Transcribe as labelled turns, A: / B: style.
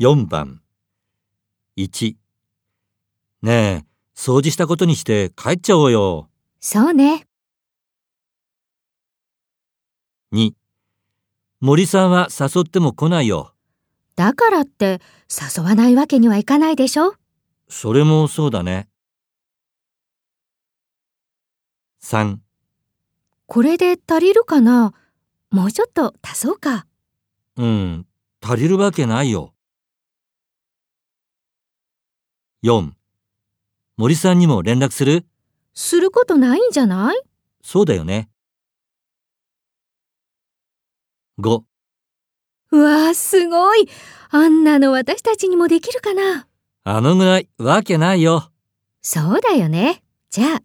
A: 4番1ねえ掃除したことにして帰っちゃおうよ
B: そうね。
A: 2森さんは誘っても来ないよ
B: だからって誘わないわけにはいかないでしょ
A: それもそうだね3
B: これで足りるかなもうちょっと足そうか。
A: うん足りるわけないよ4森さんにも連絡する
B: することないんじゃない
A: そうだよね5
B: うわあ、すごい。あんなの私たちにもできるかな
A: あのぐらいわけないよ
B: そうだよね。じゃあ、